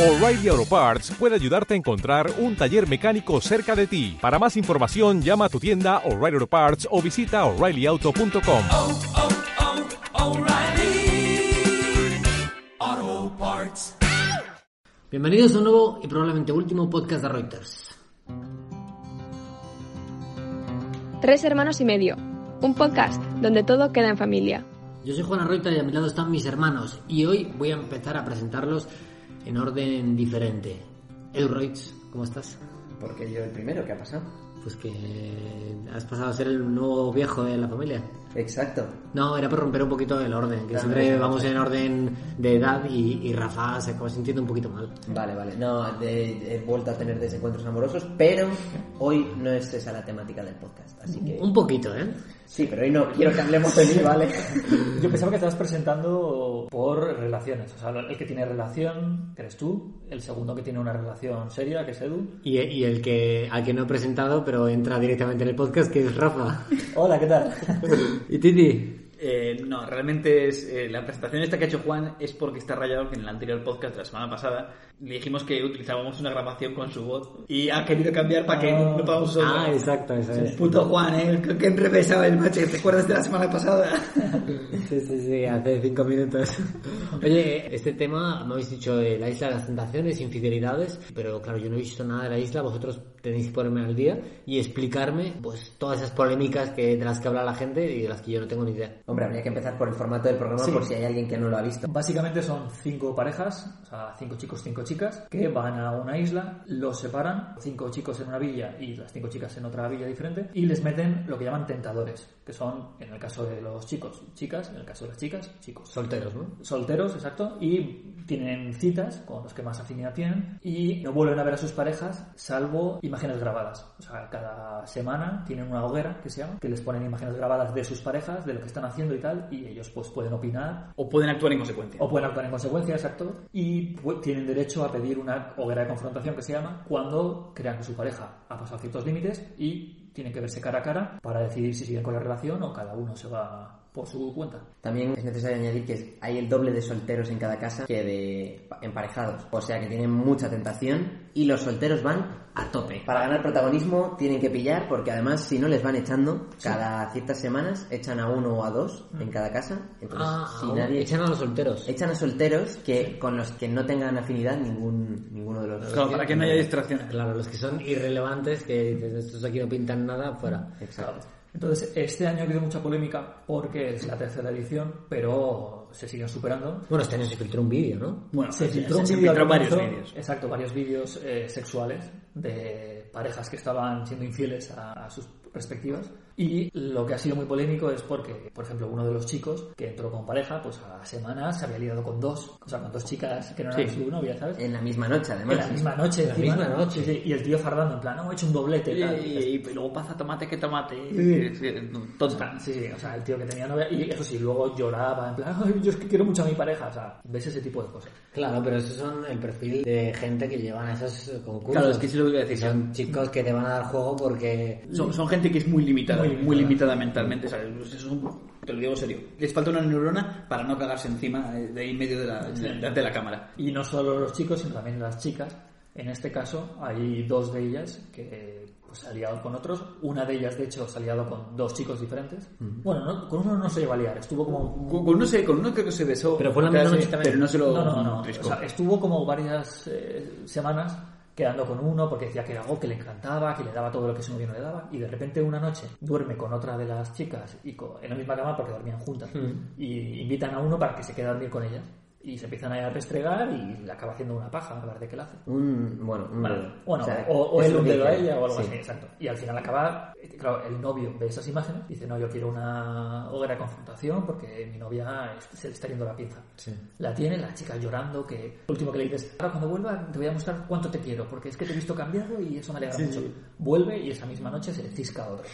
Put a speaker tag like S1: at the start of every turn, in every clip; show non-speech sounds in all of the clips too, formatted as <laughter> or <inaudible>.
S1: O'Reilly Auto Parts puede ayudarte a encontrar un taller mecánico cerca de ti. Para más información, llama a tu tienda O'Reilly Auto Parts o visita oreillyauto.com.
S2: Bienvenidos a un nuevo y probablemente último podcast de Reuters.
S3: Tres hermanos y medio. Un podcast donde todo queda en familia.
S2: Yo soy Juana Reuters y a mi lado están mis hermanos y hoy voy a empezar a presentarlos en orden diferente. Edu Reuters, ¿cómo estás?
S4: Porque yo el primero, ¿qué ha pasado?
S2: Pues que has pasado a ser el nuevo viejo de la familia.
S4: Exacto.
S2: No, era por romper un poquito el orden, que
S4: Claro,
S2: siempre
S4: claro.
S2: vamos en orden de edad y, y Rafa se acaba sintiendo un poquito mal.
S4: Vale, vale. No, de- he vuelto a tener desencuentros amorosos, pero hoy no es esa la temática del podcast. Así que...
S2: Un poquito, ¿eh?
S4: Sí, pero hoy no quiero que hablemos de mí, <laughs> ¿vale?
S5: Yo pensaba que estabas presentando por relaciones. O sea, el que tiene relación, que eres tú. El segundo que tiene una relación seria, que es Edu.
S2: Y, y el que al que no he presentado, pero entra directamente en el podcast, que es Rafa.
S5: Hola, ¿qué tal?
S2: y Titi.
S6: Eh, no, realmente es eh, la presentación esta que ha hecho Juan es porque está rayado que en el anterior podcast de la semana pasada le dijimos que utilizábamos una grabación con su voz y ha querido cambiar para que no podamos usar.
S2: Ah, exacto, esa es.
S6: Puto Juan, eh, que- que enrevesaba el macho, ¿te acuerdas de la semana pasada?
S2: Sí, sí, sí, hace cinco minutos. Oye, este tema, me habéis dicho de la isla de las tentaciones, infidelidades, pero claro, yo no he visto nada de la isla, vosotros tenéis que ponerme al día y explicarme pues todas esas polémicas que, de las que habla la gente y de las que yo no tengo ni idea.
S4: Hombre, habría que empezar por el formato del programa
S5: Sí.
S4: por si hay alguien que no lo ha visto.
S5: Básicamente son cinco parejas, o sea, cinco chicos, cinco chicas, que van a una isla, los separan, cinco chicos en una villa y las cinco chicas en otra villa diferente, y les meten lo que llaman tentadores, que son, en el caso de los chicos, chicas, en el caso de las chicas, chicos.
S2: Solteros, ¿no?
S5: solteros, exacto, y tienen citas con los que más afinidad tienen y no vuelven a ver a sus parejas salvo imágenes grabadas. O sea, cada semana tienen una hoguera que se llama, que les ponen imágenes grabadas de sus parejas, de lo que están haciendo y tal, y ellos pues pueden opinar
S6: O pueden actuar en consecuencia.
S5: o pueden actuar en consecuencia, exacto, y pu- tienen derecho a pedir una hoguera de confrontación que se llama cuando crean que su pareja ha pasado ciertos límites y tienen que verse cara a cara para decidir si siguen con la relación o cada uno se va por su cuenta.
S4: También es necesario añadir que hay el doble de solteros en cada casa que de emparejados. O sea que tienen mucha tentación y los solteros van a tope. Para ganar protagonismo tienen que pillar porque además si no les van echando, cada ciertas semanas echan a uno o a dos
S5: Mm.
S4: en cada casa. Entonces
S2: Ah,
S4: si
S2: aún
S4: nadie...
S2: echan a los solteros.
S4: Echan a solteros que con los que no tengan afinidad ningún ninguno de los dos.
S6: Claro, para que no haya distracciones.
S2: Claro, los que son irrelevantes, que dices, estos aquí no pintan nada, fuera.
S4: Exacto.
S5: Entonces, este año ha habido mucha polémica porque es la tercera edición, pero se siguen superando.
S2: Bueno, este año se filtró un vídeo, ¿no?
S6: Bueno,
S5: se
S6: sí,
S5: filtró un
S6: se
S5: vídeo
S6: filtró
S5: al
S6: varios
S5: comienzo,
S6: vídeos.
S5: Exacto, varios vídeos eh, sexuales de parejas que estaban siendo infieles a, a sus respectivas. Y lo que ha sido muy polémico es porque, por ejemplo, uno de los chicos que entró con pareja, pues a semanas se había liado con dos, o sea, con dos chicas que no eran su novia, ¿sabes?
S4: En la misma noche, además.
S5: En la misma noche,
S2: La
S5: encima.
S2: misma noche.
S5: Sí, sí, Y el tío fardando, en plan, no, he hecho un doblete.
S6: Y,
S5: tal. Y dices,
S6: y- y luego pasa tomate que tomate. Sí, sí, tonta.
S5: Sí, sí, o sea, el tío que tenía novia y eso sí, luego lloraba, en plan, "Ay, yo es que quiero mucho a mi pareja, o sea, ves ese tipo de cosas.
S2: Claro, pero esos son el perfil de gente que llevan a esos eh, concursos.
S6: Claro, es que sí lo que iba a decir.
S2: Son chicos que te van a dar juego porque
S6: Son, son gente que es muy limitada,
S5: Muy
S6: muy
S5: limitada.
S6: limitada, mentalmente, ¿sabes? Pues es un- te lo digo serio. Les falta una neurona para no cagarse encima eh, de ahí en medio de la, de- de la cámara.
S5: Y no solo los chicos, sino también las chicas. En este caso, hay dos de ellas que pues, se ha liado con otros. Una de ellas, de hecho, se ha liado con dos chicos diferentes. Bueno, no- con uno no se iba a liar, estuvo como...
S6: Con, con uno se- con uno creo que se besó.
S2: Pero fue la misma
S6: Casi,
S2: noche también.
S6: Pero no se lo.
S5: No, no, no. O
S6: riscó.
S5: sea, estuvo como varias eh, semanas quedando con uno porque decía que era algo que le encantaba, que le daba todo lo que su novio no le daba. Y de repente una noche duerme con otra de las chicas y co- en la misma cama porque dormían juntas.
S6: Hmm.
S5: Y invitan a uno para que se quede a dormir con ellas. Y se empiezan a restregar y le acaba haciendo una paja, a ver de qué la hace.
S4: Un, bueno, un dedo.
S5: O, no,
S4: O sea,
S5: o, o
S4: es
S5: él
S4: lo
S5: un
S4: que
S5: dedo a
S4: dicen.
S5: ella o algo
S4: Sí.
S5: así, exacto. Y al final acaba, eh, claro, el novio ve esas imágenes y dice, no, yo quiero una hoguera de confrontación porque mi novia es- se le está yendo la pinza. La tiene, la chica llorando, que lo último que le dices, ahora cuando vuelva te voy a mostrar cuánto te quiero, porque es que te he visto cambiado y eso me alegra mucho. Vuelve y esa misma noche se le cisca a otro.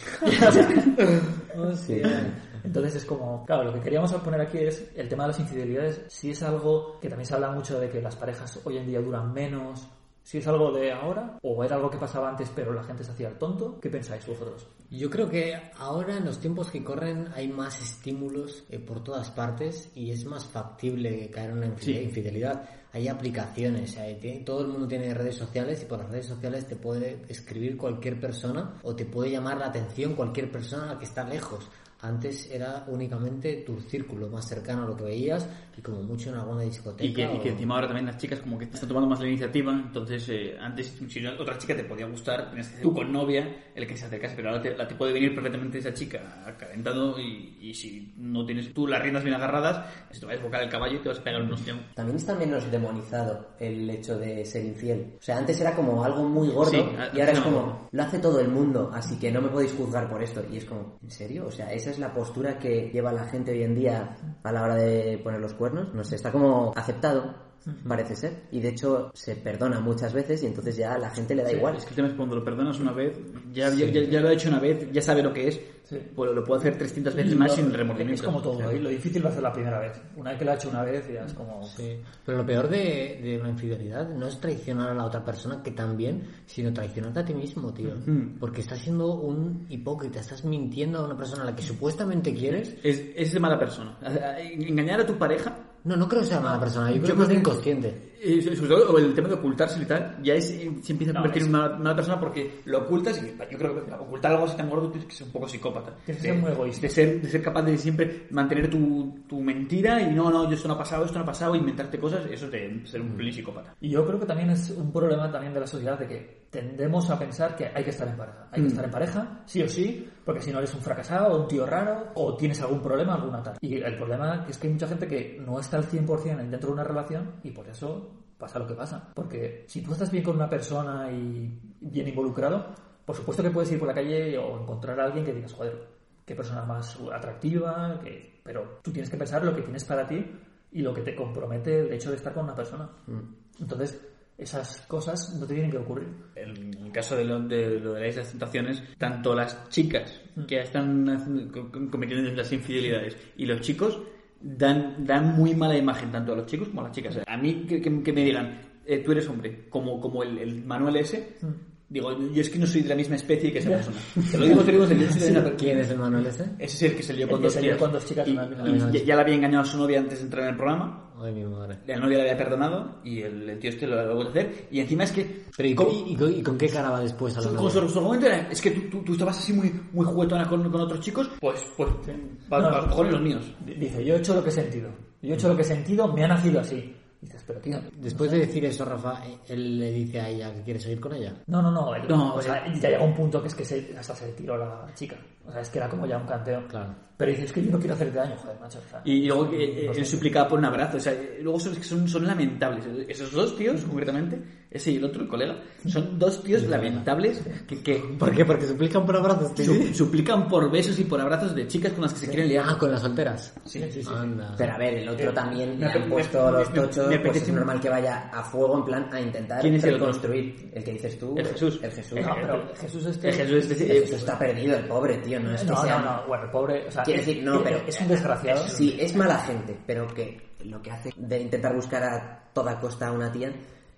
S5: Pues Entonces es como, claro, lo que queríamos poner aquí es el tema de las infidelidades, si es algo que también se habla mucho de que las parejas hoy en día duran menos, Si es algo de ahora o era algo que pasaba antes pero la gente se hacía el tonto, ¿qué pensáis vosotros?
S2: Yo creo que ahora en los tiempos que corren hay más estímulos eh, por todas partes y es más factible caer en una infi- infidelidad. Hay aplicaciones, hay- tiene- todo el mundo tiene redes sociales y por las redes sociales te puede escribir cualquier persona o te puede llamar la atención cualquier persona que está lejos. Antes era únicamente tu círculo más cercano a lo que veías y como mucho en alguna discoteca.
S6: Y que, y que
S2: o-
S6: encima ahora también las chicas como que están tomando más la iniciativa, entonces eh, antes si una- otra chica te podía gustar, tenías que ser tú con novia el que se acercase, pero ahora te, la- te puede venir perfectamente esa chica calentando y, y si no tienes tú las riendas bien agarradas, se te va a desbocar el caballo y te vas a pegar unos tíos.
S4: También está menos demonizado el hecho de ser infiel. O sea, antes era como algo muy gordo
S6: Sí,
S4: y ahora es
S6: no.
S4: como, lo hace todo el mundo, así que no me podéis juzgar por esto. Y es como, ¿en serio? O sea, esa es la postura que lleva la gente hoy en día a la hora de poner los cuernos. No sé, está como aceptado. Parece ser. Y de hecho se perdona muchas veces y entonces ya a la gente le da igual.
S6: Es que el tema es cuando lo perdonas una vez, ya, ya- ya- ya lo ha hecho una vez, ya sabe lo que es,
S5: Sí.
S6: pues lo puede hacer 300 veces más sin
S5: Es
S6: remordimiento.
S5: como todo,
S6: O sea,
S5: ¿eh? lo difícil va a ser la primera vez. Una vez que lo ha hecho una vez ya es como...
S2: Sí, Este, pero lo peor de, de una infidelidad no es traicionar a la otra persona que también, sino traicionarte a ti mismo, tío. Porque estás siendo un hipócrita, estás mintiendo a una persona a la que supuestamente quieres.
S6: Es, es de mala persona. Engañar a tu pareja
S2: No, no creo que sea mala persona, yo creo que
S6: Yo
S2: es de
S6: creo que-
S2: inconsciente.
S6: Y so- sobre todo o el tema de ocultarse y tal, ya es, eh, se empieza a
S5: No,
S6: convertir
S5: es-
S6: en una mala persona porque lo ocultas y yo creo que ocultar algo así tan gordo tienes que ser un poco psicópata.
S5: Tienes que ser muy egoísta.
S6: De ser, de ser capaz de siempre mantener tu, tu mentira y no, no, yo esto no ha pasado, esto no ha pasado, inventarte cosas, eso es de ser
S5: Mm.
S6: un pelín psicópata.
S5: Y yo creo que también es un problema también de la sociedad de que tendemos a pensar que hay que estar en pareja. Hay que estar en pareja, sí o sí, porque si no eres un fracasado o un tío raro o tienes algún problema, alguna tal. Y el problema es que hay mucha gente que no está al 100% dentro de una relación y por eso pasa lo que pasa. Porque si tú estás bien con una persona y bien involucrado, por supuesto que puedes ir por la calle o encontrar a alguien que digas, joder, qué persona más atractiva, que... pero tú tienes que pensar lo que tienes para ti y lo que te compromete el hecho de estar con una persona. Entonces, esas cosas no te tienen que ocurrir.
S6: En el caso de lo de, lo de las tentaciones, tanto las chicas
S5: Mm.
S6: que están haciendo- co- co- cometiendo las infidelidades y los chicos dan, dan muy mala imagen tanto a los chicos como a las chicas. O sea, A mí que, que- que me digan, eh, tú eres hombre, como, como el, el Manuel ese,
S5: Mm.
S6: digo, yo es que no soy de la misma especie que esa persona. Te lo digo, te lo digo, en serio, yo soy de una persona.
S2: ¿Quién es el Manuel ese?
S6: Ese es el que se lió
S5: El
S6: con,
S5: que
S6: dos
S5: se lió
S6: chicas.
S5: con dos chicas
S6: Y-
S5: una- una
S6: y
S5: noche.
S6: ya- ya le había engañado a su novia antes de entrar en el programa
S2: Ay, mi madre.
S6: la novia le había perdonado y el, el tío este lo, lo vuelve a hacer. Y encima es que.
S2: Pero ¿y,
S6: co-
S2: con, y con- y con qué cara va después a la
S6: con
S2: novia?
S6: su, su argumento era: es que tú, tú, tú estabas así muy, muy juguetona con, con otros chicos, pues, pues, para
S5: No.
S6: los míos.
S5: Dice, yo he hecho lo que he sentido. Yo he hecho lo que he sentido, me ha nacido así. Dices, pero tío...
S2: Después de decir eso, Rafa, eh, él le dice a ella que quiere seguir con ella.
S5: No, no, no. el-
S6: No,
S5: o sea, ya llegó un punto que es que se, hasta se tiró la chica. O sea, es que era como ya un canteo.
S2: Claro.
S5: Pero dices, es que yo no quiero hacerte daño, joder, macho. o sea,
S6: Y luego
S5: es
S6: eh, eh,
S5: bastante-
S6: él suplicaba por un abrazo. O sea, eh, luego son, es que son, son lamentables. Esos dos tíos, concretamente, ese y el otro, el colega, son dos tíos lamentables que, <laughs> que
S2: ¿Por qué? Porque suplican por abrazos, tío.
S6: su- suplican por besos y por abrazos de chicas con las que se quieren liar.
S2: Ah, con las solteras.
S6: Sí, sí, sí.
S2: Anda.
S4: Pero a ver, el otro también le
S6: me-
S4: han
S6: me-
S4: puesto
S6: me-
S4: los
S6: me-
S4: tochos,
S6: me
S4: pues
S6: apetece
S4: es
S6: un-
S4: normal que vaya a fuego en plan a intentar
S6: ¿Quién es el otro?
S4: reconstruir. El que dices tú,
S6: El Jesús.
S4: El Jesús.
S5: No, pero Jesús este...
S6: Eh, Jesús, es
S4: El Jesús está perdido, el pobre, tío, no es que
S5: No,
S4: sea...
S5: no, no, bueno, pobre, o sea,
S4: Quiero
S5: es-
S4: decir, no,
S5: es-
S4: pero... eh,
S5: es un desgraciado.
S4: Sí, es mala gente, pero que lo que hace de intentar buscar a toda costa a una tía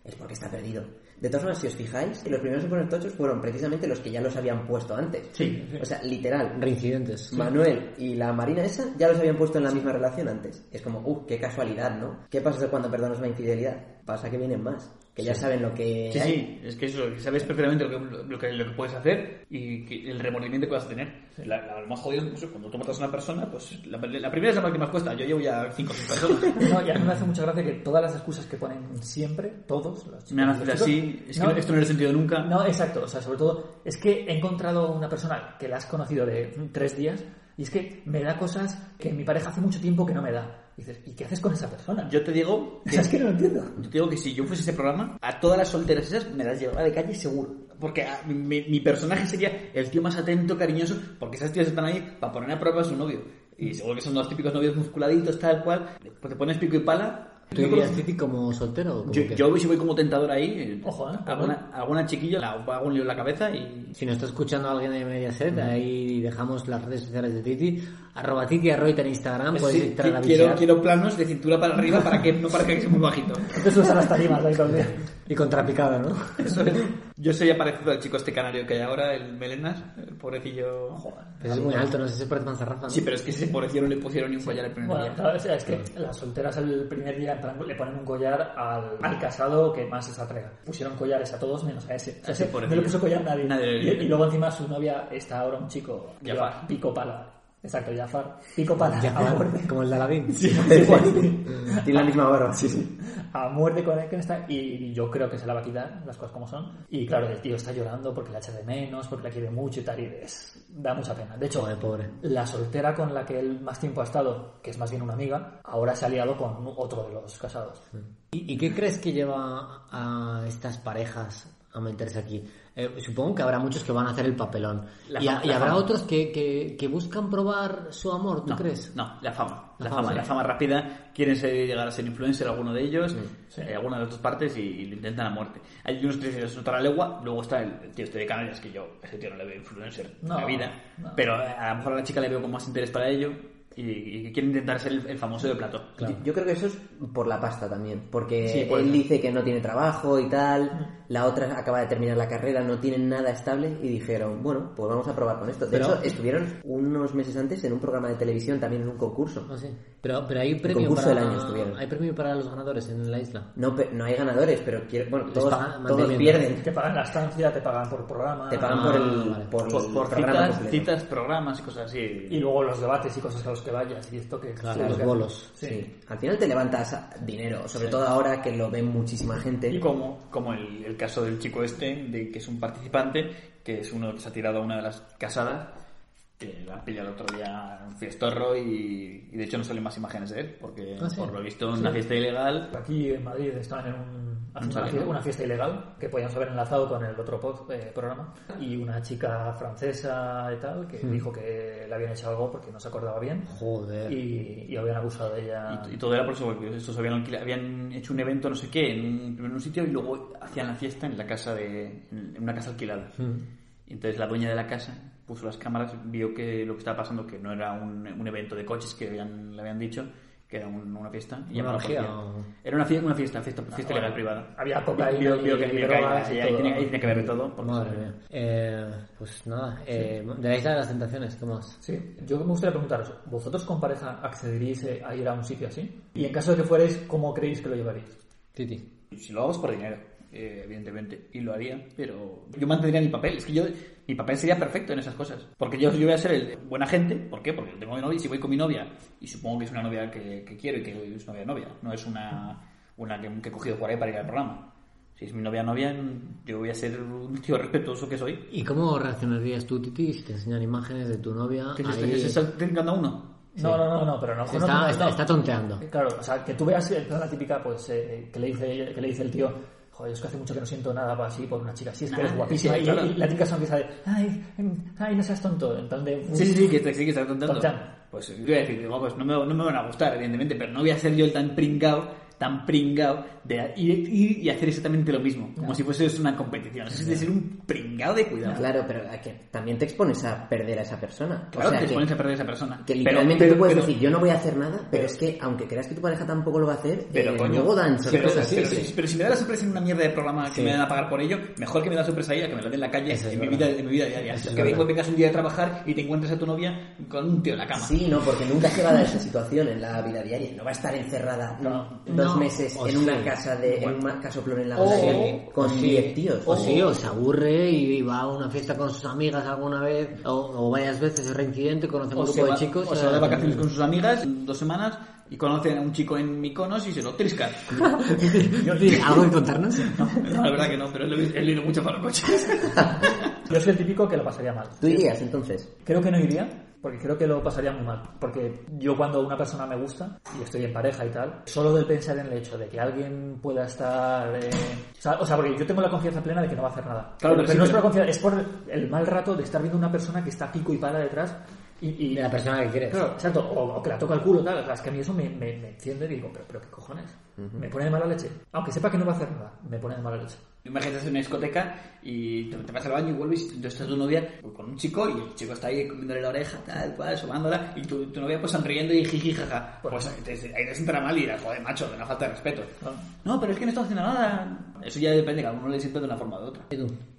S4: es porque está perdido. De todas formas, si os fijáis, los primeros en poner tochos fueron precisamente los que ya los habían puesto antes.
S6: Sí.
S4: O sea, literal,
S2: Reincidentes.
S4: Manuel y la Marina esa ya los habían puesto en la misma relación antes. Es como, uh, qué casualidad, ¿no? ¿Qué pasa cuando perdonas una infidelidad? Pasa que vienen más, que ya saben lo que
S6: Sí,
S4: hay. <laughs>
S6: sí, es que eso, que sabes perfectamente lo que, lo que, lo que puedes hacer y que el remordimiento que vas a tener. La, la- lo más jodido es eso, cuando tú matas a una persona, pues la, la primera es la más que más cuesta. Yo llevo ya 5 o 6 personas.
S5: No, y a mí me hace mucha gracia que todas las excusas que ponen siempre, todos los chicos.
S6: Me han
S5: los
S6: nacido
S5: chicos,
S6: así, es que no- esto no lo he sentido nunca.
S5: No, exacto, o sea, sobre todo, es que he encontrado una persona que la has conocido de mm, tres días y es que me da cosas que mi pareja hace mucho tiempo que no me da. Y dices, ¿y qué haces con esa persona?
S6: Yo te digo
S5: <laughs> O
S6: que,
S5: sea, es que no lo entiendo.
S6: yo te digo que si yo fuese ese programa, a todas las solteras esas me las llevaba de calle seguro. Porque ah, mi, mi personaje sería el tío más atento, cariñoso, porque esas tías están ahí para poner a prueba a su novio. Y seguro que son los típicos novios musculaditos, tal cual. Pues te pones pico y pala
S2: ¿Tú dirías Titi como soltero? o como
S6: Yo,
S2: qué?
S6: yo si voy como tentador ahí, eh,
S5: Ojo, ¿eh?
S6: alguna, alguna chiquilla la hago un lío en la cabeza y...
S2: Si nos está escuchando alguien de Mediaset,
S6: Mm.
S2: ahí dejamos las redes sociales de Titi. Arroba Titi, arroba Ita en Instagram, puedes
S6: Sí,
S2: entrar a
S6: quiero,
S2: visitar.
S6: quiero planos de cintura para arriba para que no parezca que sea muy bajito.
S5: Te subes a <laughs> las tarimas ahí todo el día.
S2: <laughs> Y contrapicado, ¿no?
S6: Eso es. <laughs> Yo sería parecido al chico este canario que hay ahora, el Melenas, el pobrecillo...
S2: Pero es muy alto, no sé si parece manzarrafa. ¿no?
S6: Sí, pero es que ese pobrecillo no le pusieron ni un collar el primer
S5: Bueno,
S6: día.
S5: claro, o sea, es que las solteras el primer día en plan, le ponen un collar al, al casado que más se atrega. Pusieron collares a todos menos a ese. O sea,
S6: Ese
S5: ese
S6: por
S5: no
S6: el-
S5: le puso collar nadie.
S6: Nadie le
S5: y,
S6: dio.
S5: y luego encima su novia está ahora un chico que
S6: Jafar.
S5: lleva pico pala. Exacto, Jafar. Pico pala.
S6: <laughs>
S2: Ya,
S5: <laughs> a muerte.
S2: como el de Aladín.
S4: Tiene la misma barba, sí, sí.
S5: A muerte con él que está. Y, y yo creo que se la va a quitar, las cosas como son. Y claro, el tío está llorando porque la echa de menos, porque la quiere mucho y tal. Y es- da mucha pena. De hecho,
S2: Joder, pobre.
S5: La soltera con la que él más tiempo ha estado, que es más bien una amiga, ahora se ha liado con otro de los casados.
S2: ¿Y, y qué crees que lleva a estas parejas a meterse aquí? Eh, supongo que habrá muchos que van a hacer el papelón.
S6: La
S2: y,
S6: fama,
S2: y
S6: la
S2: habrá
S6: fama.
S2: otros que, que, que buscan probar su amor, ¿tú
S6: No,
S2: crees?
S6: No, la fama. La,
S2: La
S6: fama,
S2: fama,
S6: la
S2: sí.
S6: fama rápida. Quieren ser- llegar a ser influencer alguno de ellos,
S5: Sí.
S6: eh, alguna de las dos partes y, y lo intentan a muerte. Hay unos tres de otra legua, luego está el, el tío este de Canarias, que yo, ese tío no le veo influencer en
S5: No,
S6: la vida,
S5: no.
S6: pero a lo mejor a la chica le veo con más interés para ello y, y quiere intentar ser el, el famoso de plató.
S4: Yo, yo creo que eso es por la pasta también, porque
S6: Sí, por
S4: él
S6: eso.
S4: dice que no tiene trabajo y tal, la otra acaba de terminar la carrera, no tienen nada estable y dijeron, bueno, pues vamos a probar con esto. De
S2: Pero-
S4: hecho, estuvieron unos meses antes en un programa de televisión, también en un concurso.
S2: No sé. Pero, pero hay premio
S4: concurso
S2: para
S4: del año estuvieron.
S2: hay premio para los ganadores en la isla.
S4: No, pe- no hay ganadores, pero quiero- bueno, todos,
S2: pagan
S4: todos
S2: mantenimiento.
S4: pierden.
S5: Te pagan la estancia, te pagan por programa.
S4: Te pagan
S2: Ah,
S4: por el,
S2: vale.
S4: por el
S6: Por, por
S4: programa
S6: citas,
S4: completo.
S6: citas, programas y cosas así.
S5: Y luego los debates y cosas a los que vayas. Y esto que.
S2: Claro,
S5: que-
S2: los bolos.
S5: Sí.
S4: Sí. Al final te levantas a- dinero, sobre todo ahora que lo ve muchísima gente.
S6: Y como, como el, el caso del chico este, de que es un participante, que es uno que se ha tirado a una de las casadas, que la han pillado el otro día en un fiestorro y, y de hecho no salen más imágenes de él, porque
S2: Ah, sí.
S6: por lo visto en una fiesta ilegal
S5: Aquí en Madrid estaban en un, haciendo una,
S6: sale,
S5: fiesta,
S6: ¿no?
S5: una fiesta ilegal que podíamos haber enlazado con el otro pod- eh, programa. Y una chica francesa y tal que
S6: Hmm.
S5: dijo que le habían hecho algo porque no se acordaba bien.
S2: Joder.
S5: Y, y habían abusado de ella.
S6: Eh. y, y todo era por eso, porque estos habían, alquila- habían hecho un evento no sé qué en un, primero en un sitio y luego hacían la fiesta en la casa de en una casa alquilada. Y entonces la dueña de la casa puso las cámaras, vio que lo que estaba pasando, que no era un, un evento de coches que habían, le habían dicho, que era un- una fiesta. Y llamó a la
S2: orgía
S6: policía.
S2: o-
S6: Era una fiesta, una fiesta, fiesta, fiesta legal privada.
S5: Había cocaína
S6: Vio- vio
S5: y
S6: que había
S5: drogas
S6: cocaína,
S5: y
S6: y ahí
S5: todo.
S6: tenía, ahí tenía que haber de todo. porque-
S2: Madre mía. Eh, pues nada, eh, de la isla de las tentaciones, ¿qué más?
S5: Sí, yo me gustaría preguntaros, ¿vosotros con pareja accederíais eh, a ir a un sitio así? Y en caso de que fuerais, ¿cómo creéis que lo llevaríais?
S2: Titi.
S6: Si lo hago es por dinero, eh, evidentemente, y lo haría, pero yo mantendría mi papel. Es que yo, mi papel sería perfecto en esas cosas. Porque yo, yo voy a ser el buena gente, ¿por qué? Porque tengo mi novia, y si voy con mi novia, y supongo que es una novia que, que quiero y que es novia novia, no es una, una que, que he cogido por ahí para ir al programa. Si es mi novia novia, yo voy a ser un tío respetuoso que soy.
S2: ¿Y cómo reaccionarías tú, Titi, si te enseñan imágenes de tu novia?
S6: ¿Qué se está-
S2: ahí-
S6: se está brincando a uno?
S5: No, no, no, no, pero no.
S2: Se
S5: no,
S2: está-
S5: no,
S2: está-
S5: no.
S2: está tonteando.
S5: Claro, o sea, que tú veas eh, la típica, pues, eh, que, le dice, que le dice el tío, joder, es que hace mucho que no siento nada así por una chica, sí, es que eres
S6: Nah,
S5: guapísima.
S6: sí,
S5: Y,
S6: claro.
S5: y la típica sonrisa de, ay, mm, ay, no seas tonto. En plan de,
S6: Sí, sí, sí, que está, sí, que está contando.
S5: Tonteando.
S6: Pues yo voy a decir, digo, pues no me, no me van a gustar, evidentemente, pero no voy a ser yo el tan pringao, tan pringao, de ir, ir y hacer exactamente lo mismo, como si fuese una competición. Es decir, un pringao de cuidado.
S4: Claro, pero a que también te expones a perder a esa persona.
S6: Claro
S4: o sea,
S6: que te
S4: que,
S6: pones a perder a esa persona.
S4: que
S6: Pero-
S4: literalmente
S6: pero-
S4: tú puedes
S6: pero-
S4: decir, yo no voy a hacer nada, pero, es que aunque creas que tu pareja tampoco lo va a hacer,
S6: Pero
S4: eh,
S6: coño,
S4: luego dan
S6: pero,
S4: sorpresas.
S6: pero-
S4: sí,
S6: pero-
S4: sí.
S6: pero si me da la sorpresa en una mierda de programa que me van a pagar por ello, mejor que me da la sorpresa ahí a que me la den en la calle
S2: Eso es
S6: en mi, vida,
S2: verdad.
S6: en mi vida diaria.
S2: Eso es
S6: que vengo,
S2: verdad.
S6: vengas un día de trabajar y te encuentres a tu novia con un tío en la cama.
S4: Sí, no, porque nunca se va a dar esa situación en la vida diaria. No va a estar encerrada
S6: No.
S4: dos
S2: No.
S4: meses
S2: O
S4: en
S2: sí.
S4: una casa de, en un casoplón en la
S2: O-
S4: playa
S2: o
S4: con
S2: sí.
S4: 10 tíos.
S2: O Pues sí, o se aburre y va a una fiesta con sus amigas alguna vez, o, o varias veces es reincidente, conoce un
S6: O se,
S2: grupo de
S6: va,
S2: chicos. eh,
S6: o se va de vacaciones con sus amigas dos semanas y conocen a un chico en Miconos y se lo triscan. <laughs>
S2: Sí, <laughs> ¿Algo que contarnos?
S6: No, no, la verdad que no, pero él he leído mucho para los
S2: <laughs>
S6: coches.
S5: Yo soy el típico que lo pasaría mal.
S4: ¿Tú irías entonces?
S5: Creo que no iría, porque creo que lo pasaría muy mal. Porque yo cuando una persona me gusta y estoy en pareja y tal, solo del pensar en el hecho de que alguien pueda estar... eh, o, sea, o sea, porque yo tengo la confianza plena de que no va a hacer nada.
S6: Claro, pero
S5: pero,
S6: sí,
S5: no es
S6: pero-
S5: por la confianza, es por el mal rato de estar viendo una persona que está pico y pala detrás Y, y-
S2: De la persona que quieres.
S5: Claro, exacto. O, o que la toca el culo, tal. Es que a mí eso me, me, me enciende y digo, pero, pero ¿qué cojones? Me pone de mala leche. Aunque sepa que no va a hacer nada, me pone de mala leche.
S6: Imagínate estás en una discoteca y te, te vas al baño y vuelves y tú estás tu novia con un chico y el chico está ahí comiéndole la oreja, tal cual, sobándola y tu, tu novia pues sonriendo y jiji jaja. Pues ahí te, ahí te sentará mal y dirás, joder, macho, que una falta de respeto.
S5: Ah.
S6: No, pero es que no estás haciendo nada. Eso ya depende, cada uno le siente de una forma o de otra.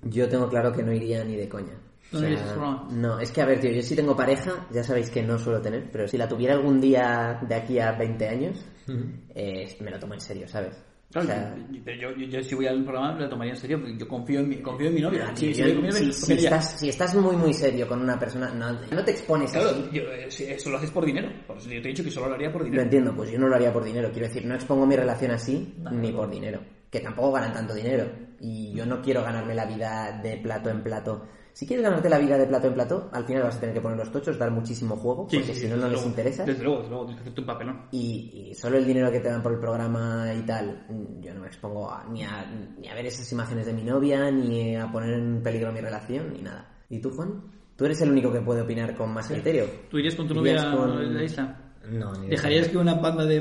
S4: Yo tengo claro que no iría ni de coña.
S6: ¿Tú no irías a ese programa?
S4: no, es que a ver, tío, yo sí tengo pareja, ya sabéis que no suelo tener, pero si la tuviera algún día de aquí a 20 años, eh, me lo tomo en serio, ¿sabes?
S6: Claro,
S4: O sea,
S6: yo, yo- yo- yo- yo si voy al programa me lo tomaría en serio. porque Yo confío en mi, confío en mi novia.
S4: ah,
S6: Si-
S4: tío,
S6: si
S4: yo-
S6: voy con mi novia,
S4: si,
S6: me
S4: si
S6: tomaría.
S4: estás, si estás muy, muy serio con una persona, no, no te expones así.
S6: Claro, yo, eh, si eso lo haces por dinero. Por eso yo te he dicho que solo lo haría por
S4: Lo
S6: dinero.
S4: entiendo, pues yo no lo haría por dinero. Quiero decir, no expongo mi relación así ni por dinero. Que tampoco ganan tanto dinero. Y yo no quiero ganarme la vida de plato en plato. Si quieres ganarte la vida de plato en plato, al final vas a tener que poner los tochos, dar muchísimo juego,
S6: Sí,
S4: porque
S6: sí,
S4: si no,
S6: desde
S4: no les
S6: luego.
S4: interesa.
S6: Desde luego, desde luego, tienes que hacerte un papelón.
S4: Y, y solo el dinero que te dan por el programa y tal, mm, yo no me expongo a- ni, a, ni a ver esas imágenes de mi novia, ni a poner en peligro mi relación, ni nada. ¿Y tú, Juan? Tú eres el único que puede opinar con más criterio.
S6: ¿Tú irías con tu
S4: ¿Irías
S6: novia
S4: con-
S6: a la isla?
S4: No, ni de
S6: ¿Dejarías que una banda de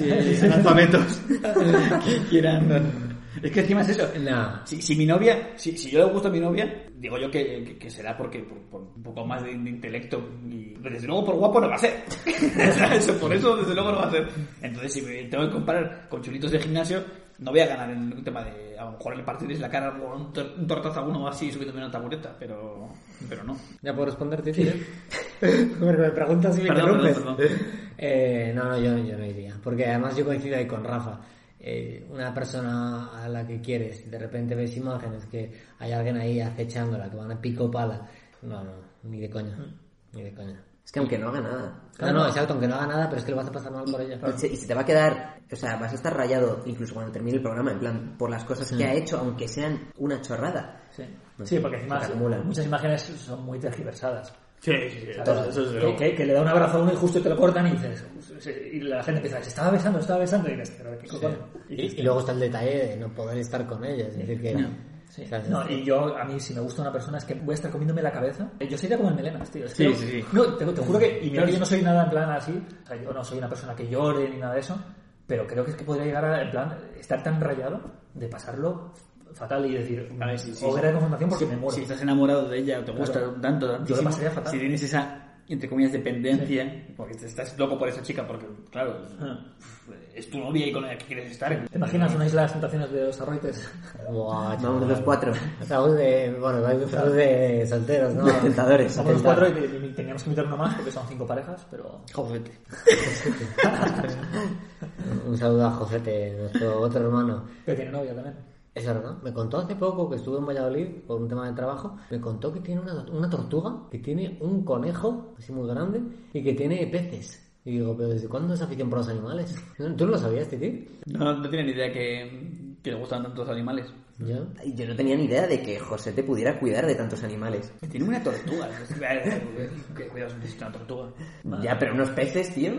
S4: <laughs>
S6: y analfabetos <laughs> quieran...? Es que encima es eso.
S2: No.
S6: Si, si mi novia, si, si yo le gusta a mi novia, digo yo que, que- que será porque por, por un poco más de, de intelecto. Y, pero desde luego por guapo no va a ser. <laughs> Eso, por eso desde luego no va a ser. Entonces si me tengo que comparar con chulitos de gimnasio, no voy a ganar en un tema de... A lo mejor el partirles la cara con un, tor- un tortazo a uno así subiéndome una tabureta, pero, pero no.
S2: Ya puedo responderte, <laughs> tío. Porque me preguntas y me
S6: Perdón,
S2: interrumpes.
S6: perdón, perdón.
S2: Eh, no, no, yo, yo no iría. Porque además yo coincido ahí con Rafa. Eh, una persona a la que quieres y de repente ves imágenes que hay alguien ahí acechándola, que van a pico pala. No, no, ni de coña. Ni de coña.
S4: Es que aunque no haga nada,
S2: No, no, exacto, aunque no haga nada, pero es que lo vas a pasar mal por ella.
S4: Y se, y se te va a quedar, o sea, vas a estar rayado incluso cuando termine el programa, en plan, por las cosas que ha hecho, aunque sean una chorrada.
S5: Sí,
S4: No,
S5: sí porque encima
S4: se acumulan.
S5: muchas imágenes son muy tergiversadas.
S6: Sí, sí, sí.
S5: ¿sabes? que, que- que le da un abrazo a uno y justo te lo cortan y dices, y la gente empieza, se estaba besando, se estaba besando, y dices, pero qué cojones.
S2: Y, y luego está el detalle de no poder estar con ella. Es decir, que.
S5: Sí.
S2: o sea,
S5: No, y yo, a mí, si me gusta una persona, es que voy a estar comiéndome la cabeza. Yo sería como el melenas, tío. Es que
S6: Sí,
S5: yo-
S6: sí, sí.
S5: No, te, te juro que, y mira que yo no soy nada en plan así, o sea, yo no soy una persona que llore ni nada de eso, pero creo que es que podría llegar a, en plan, estar tan rayado de pasarlo fatal y decir,
S6: A ver, sí, sí,
S5: o
S6: sí.
S5: ver la confirmación porque me muero.
S6: Si estás enamorado de ella, o te gusta
S5: Claro.
S6: tanto,
S5: Yo lo
S6: tantísimo,
S5: pasaría fatal.
S6: si tienes esa, entre comillas, dependencia, porque te estás loco por esa chica, porque, claro, es tu novia y con la que quieres estar.
S5: Ah. ¿Te imaginas una isla de tentaciones de
S4: <laughs>
S5: los arroites?
S2: Buah,
S4: Vamos
S2: chaval.
S4: los cuatro,
S2: Estamos de. Bueno, estamos de solteros,
S6: <laughs>
S2: ¿no?
S4: los tentadores.
S5: Somos los cuatro y te- y teníamos que meter una más porque son cinco parejas, pero...
S6: Jodete.
S2: Un saludo a Josete, nuestro otro hermano.
S5: Pero tiene novia también.
S2: Es verdad. Me contó hace poco que estuve en Valladolid por un tema de trabajo. Me contó que tiene una, una tortuga, que tiene un conejo, así muy grande, y que tiene peces. Y digo, ¿pero desde cuándo es afición por los animales? <laughs> ¿No- ¿Tú no lo sabías, Titi?
S6: No, no tienen ni idea que, que le gustan tantos animales.
S2: ¿Ya?
S4: Y Yo no tenía ni idea de que José te pudiera cuidar de tantos animales.
S6: Tiene una tortuga. es que- que Cuidado, es una tortuga.
S4: Ya, pero unos peces, tío.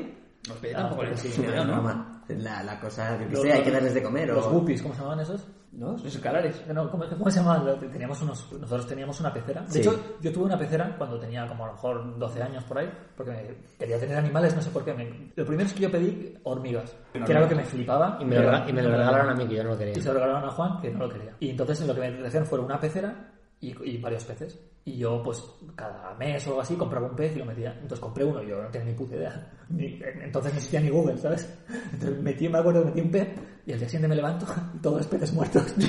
S6: Los
S5: Ah,
S6: peces tampoco les
S4: Es
S6: sí,
S4: una
S6: cuidado, ¿no?
S4: broma. La, la cosa, yo qué
S5: Los-
S4: sé, hay que
S5: los-
S4: darles de comer.
S5: Los
S4: o-
S5: guppies, ¿cómo se llamaban esos?
S6: ¿No? Los escalares.
S5: Eh, no, ¿cómo, cómo se llamaban? Lo- Teníamos unos, nosotros teníamos una pecera. De
S4: Sí.
S5: hecho, yo tuve una pecera cuando tenía como a lo mejor 12 años por ahí, porque me- quería tener animales, no sé por qué. Me- lo primero es que yo pedí hormigas, que era lo que me flipaba.
S2: Y me, lo, rega- y me lo regalaron a mí, que yo no lo quería.
S5: Y se lo regalaron a Juan, que no lo quería. Y entonces lo que me trajeron fue una pecera y, y varios peces. Y yo, pues, cada mes o algo así, compraba un pez y lo metía. Entonces compré uno, yo no tenía ni puta idea. <laughs> Ni- entonces no existía ni Google, ¿sabes? <laughs> Entonces metí, me acuerdo, metí un pez y al día siguiente me levanto y todos los peces muertos. <laughs>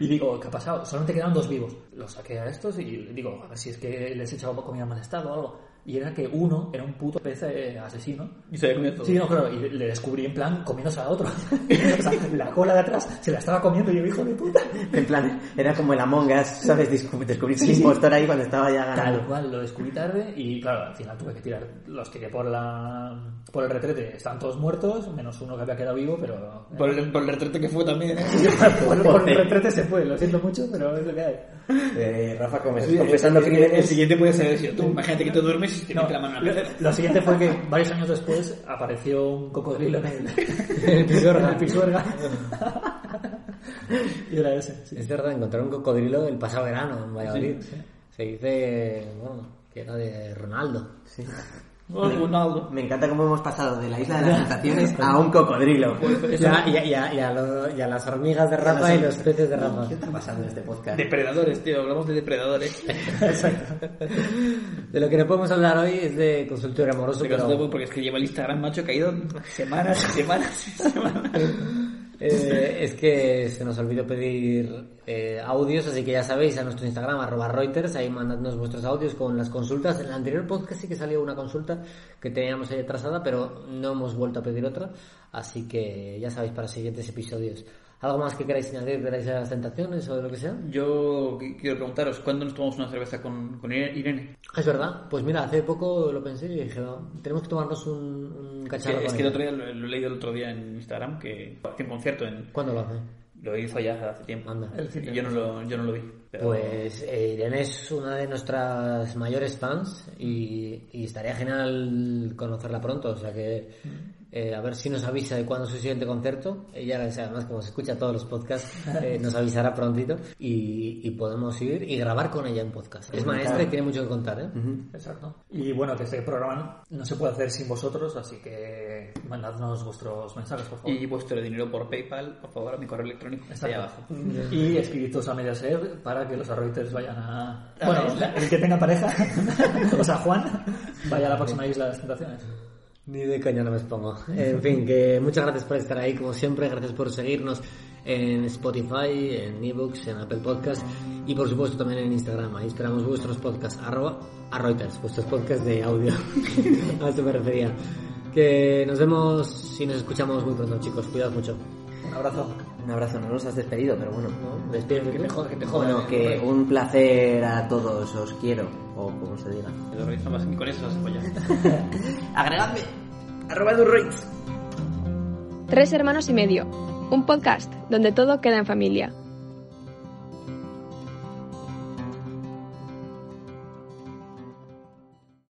S5: Y digo, ¿qué ha pasado? Solamente quedaban dos vivos. Los saqué a estos y digo, a ver si es que les he echado comida en mal estado o algo. Y era que uno era un puto pez eh, asesino.
S6: Y se había comido todo.
S5: Sí, no, claro, y le- le descubrí en plan comiéndose a otro. <laughs> o sea, la cola de atrás se la estaba comiendo y yo, hijo de puta.
S4: En plan, era como el Among Us, ¿sabes? Descu- Descubrirse el impostor ahí cuando estaba ya ganado.
S5: Tal cual, lo descubrí tarde y claro, al final tuve que tirar. Los tiré por la por el retrete. Estaban todos muertos, menos uno que había quedado vivo, pero. eh.
S6: Por el, por el retrete que fue <laughs> también. ¿eh?
S5: <laughs> por, por el retrete se fue, lo siento mucho, pero es lo que hay.
S4: Eh, Rafa, como
S6: Sí,
S4: confesando
S6: el- el, el
S4: crímenes.
S6: siguiente puede ser eso. Tú, imagínate que tú duermes y te
S5: No,
S6: mete la mano en la
S5: lo,
S6: pecera.
S5: lo siguiente fue que varios años después apareció un cocodrilo en el, <laughs> en el pisuerga. y era ese. sí.
S2: Es verdad, encontrar un cocodrilo el pasado verano en Valladolid. Se dice, bueno, que era de Ronaldo.
S4: Sí.
S5: Oh, Ronaldo.
S4: Me encanta cómo hemos pasado de la isla de las tentaciones a un cocodrilo.
S2: Ya, ya, ya, ya, lo- ya las hormigas de Rafa y los peces de Rafa.
S4: ¿Qué está pasando en este podcast?
S6: Depredadores, tío, hablamos de depredadores.
S2: <laughs> De lo que no podemos hablar hoy es de consultorio amoroso,
S6: Te
S2: pero...
S6: caso todo porque es que lleva el Instagram, macho, caído semanas y semanas y <laughs> semanas.
S2: Eh, es que se nos olvidó pedir eh, audios, así que ya sabéis, a nuestro Instagram, arroba Reuters, ahí mandadnos vuestros audios con las consultas. En el anterior podcast sí que salió una consulta que teníamos ahí atrasada, pero no hemos vuelto a pedir otra, así que ya sabéis para siguientes episodios. ¿Algo más que queráis añadir de la Isla de las tentaciones o de lo que sea?
S6: Yo qu- quiero preguntaros, ¿cuándo nos tomamos una cerveza con, con Irene?
S2: Ah, Es verdad, pues mira, hace poco lo pensé y dije, "No, tenemos que tomarnos un, un
S6: Es que,
S2: cacharro.
S6: es
S2: con
S6: que el
S2: ella".
S6: otro día lo, lo he leído el otro día en Instagram que hacía un concierto en
S2: ¿Cuándo lo hace?
S6: lo hizo ya hace tiempo.
S2: Anda.
S6: Y yo no lo, yo no lo vi. pero-
S2: Pues eh, Irene es una de nuestras mayores fans y, y estaría genial conocerla pronto. O sea que eh, a ver si nos avisa de cuándo es su siguiente concierto. Ella, o sea, además, como se escucha todos los podcasts, eh, nos avisará prontito y, y podemos ir y grabar con ella un podcast. Es maestra y tiene mucho que contar, ¿eh?
S5: Exacto. Y bueno, que este programa no se puede hacer sin vosotros, así que mandadnos vuestros mensajes, por favor.
S6: Y vuestro dinero por PayPal, por favor, a mi correo electrónico. Está ahí abajo.
S5: Exacto. Y escritos a Mediaset para que los arroiters vayan a... Bueno, el que tenga pareja, <laughs> o sea, Juan, vaya a la próxima isla de las tentaciones.
S2: Ni de coña no me expongo. En fin, que muchas gracias por estar ahí, como siempre, gracias por seguirnos en Spotify, en ebooks, en Apple Podcasts y por supuesto también en Instagram. Ahí esperamos vuestros podcasts, arroba a Reuters, vuestros podcasts de audio. <laughs> a eso me refería. Que nos vemos y nos escuchamos muy pronto, chicos. Cuidad mucho.
S5: Un abrazo.
S4: Un abrazo, no nos has despedido, pero bueno.
S2: ¿no? Despídete tú.
S4: Bueno, que un placer a todos, os quiero, o como se diga.
S6: Lo reviso más. Y con eso pues os apoyas.
S4: Agregadme, arroba durroids.
S3: Tres hermanos y medio. Un podcast donde todo queda en familia.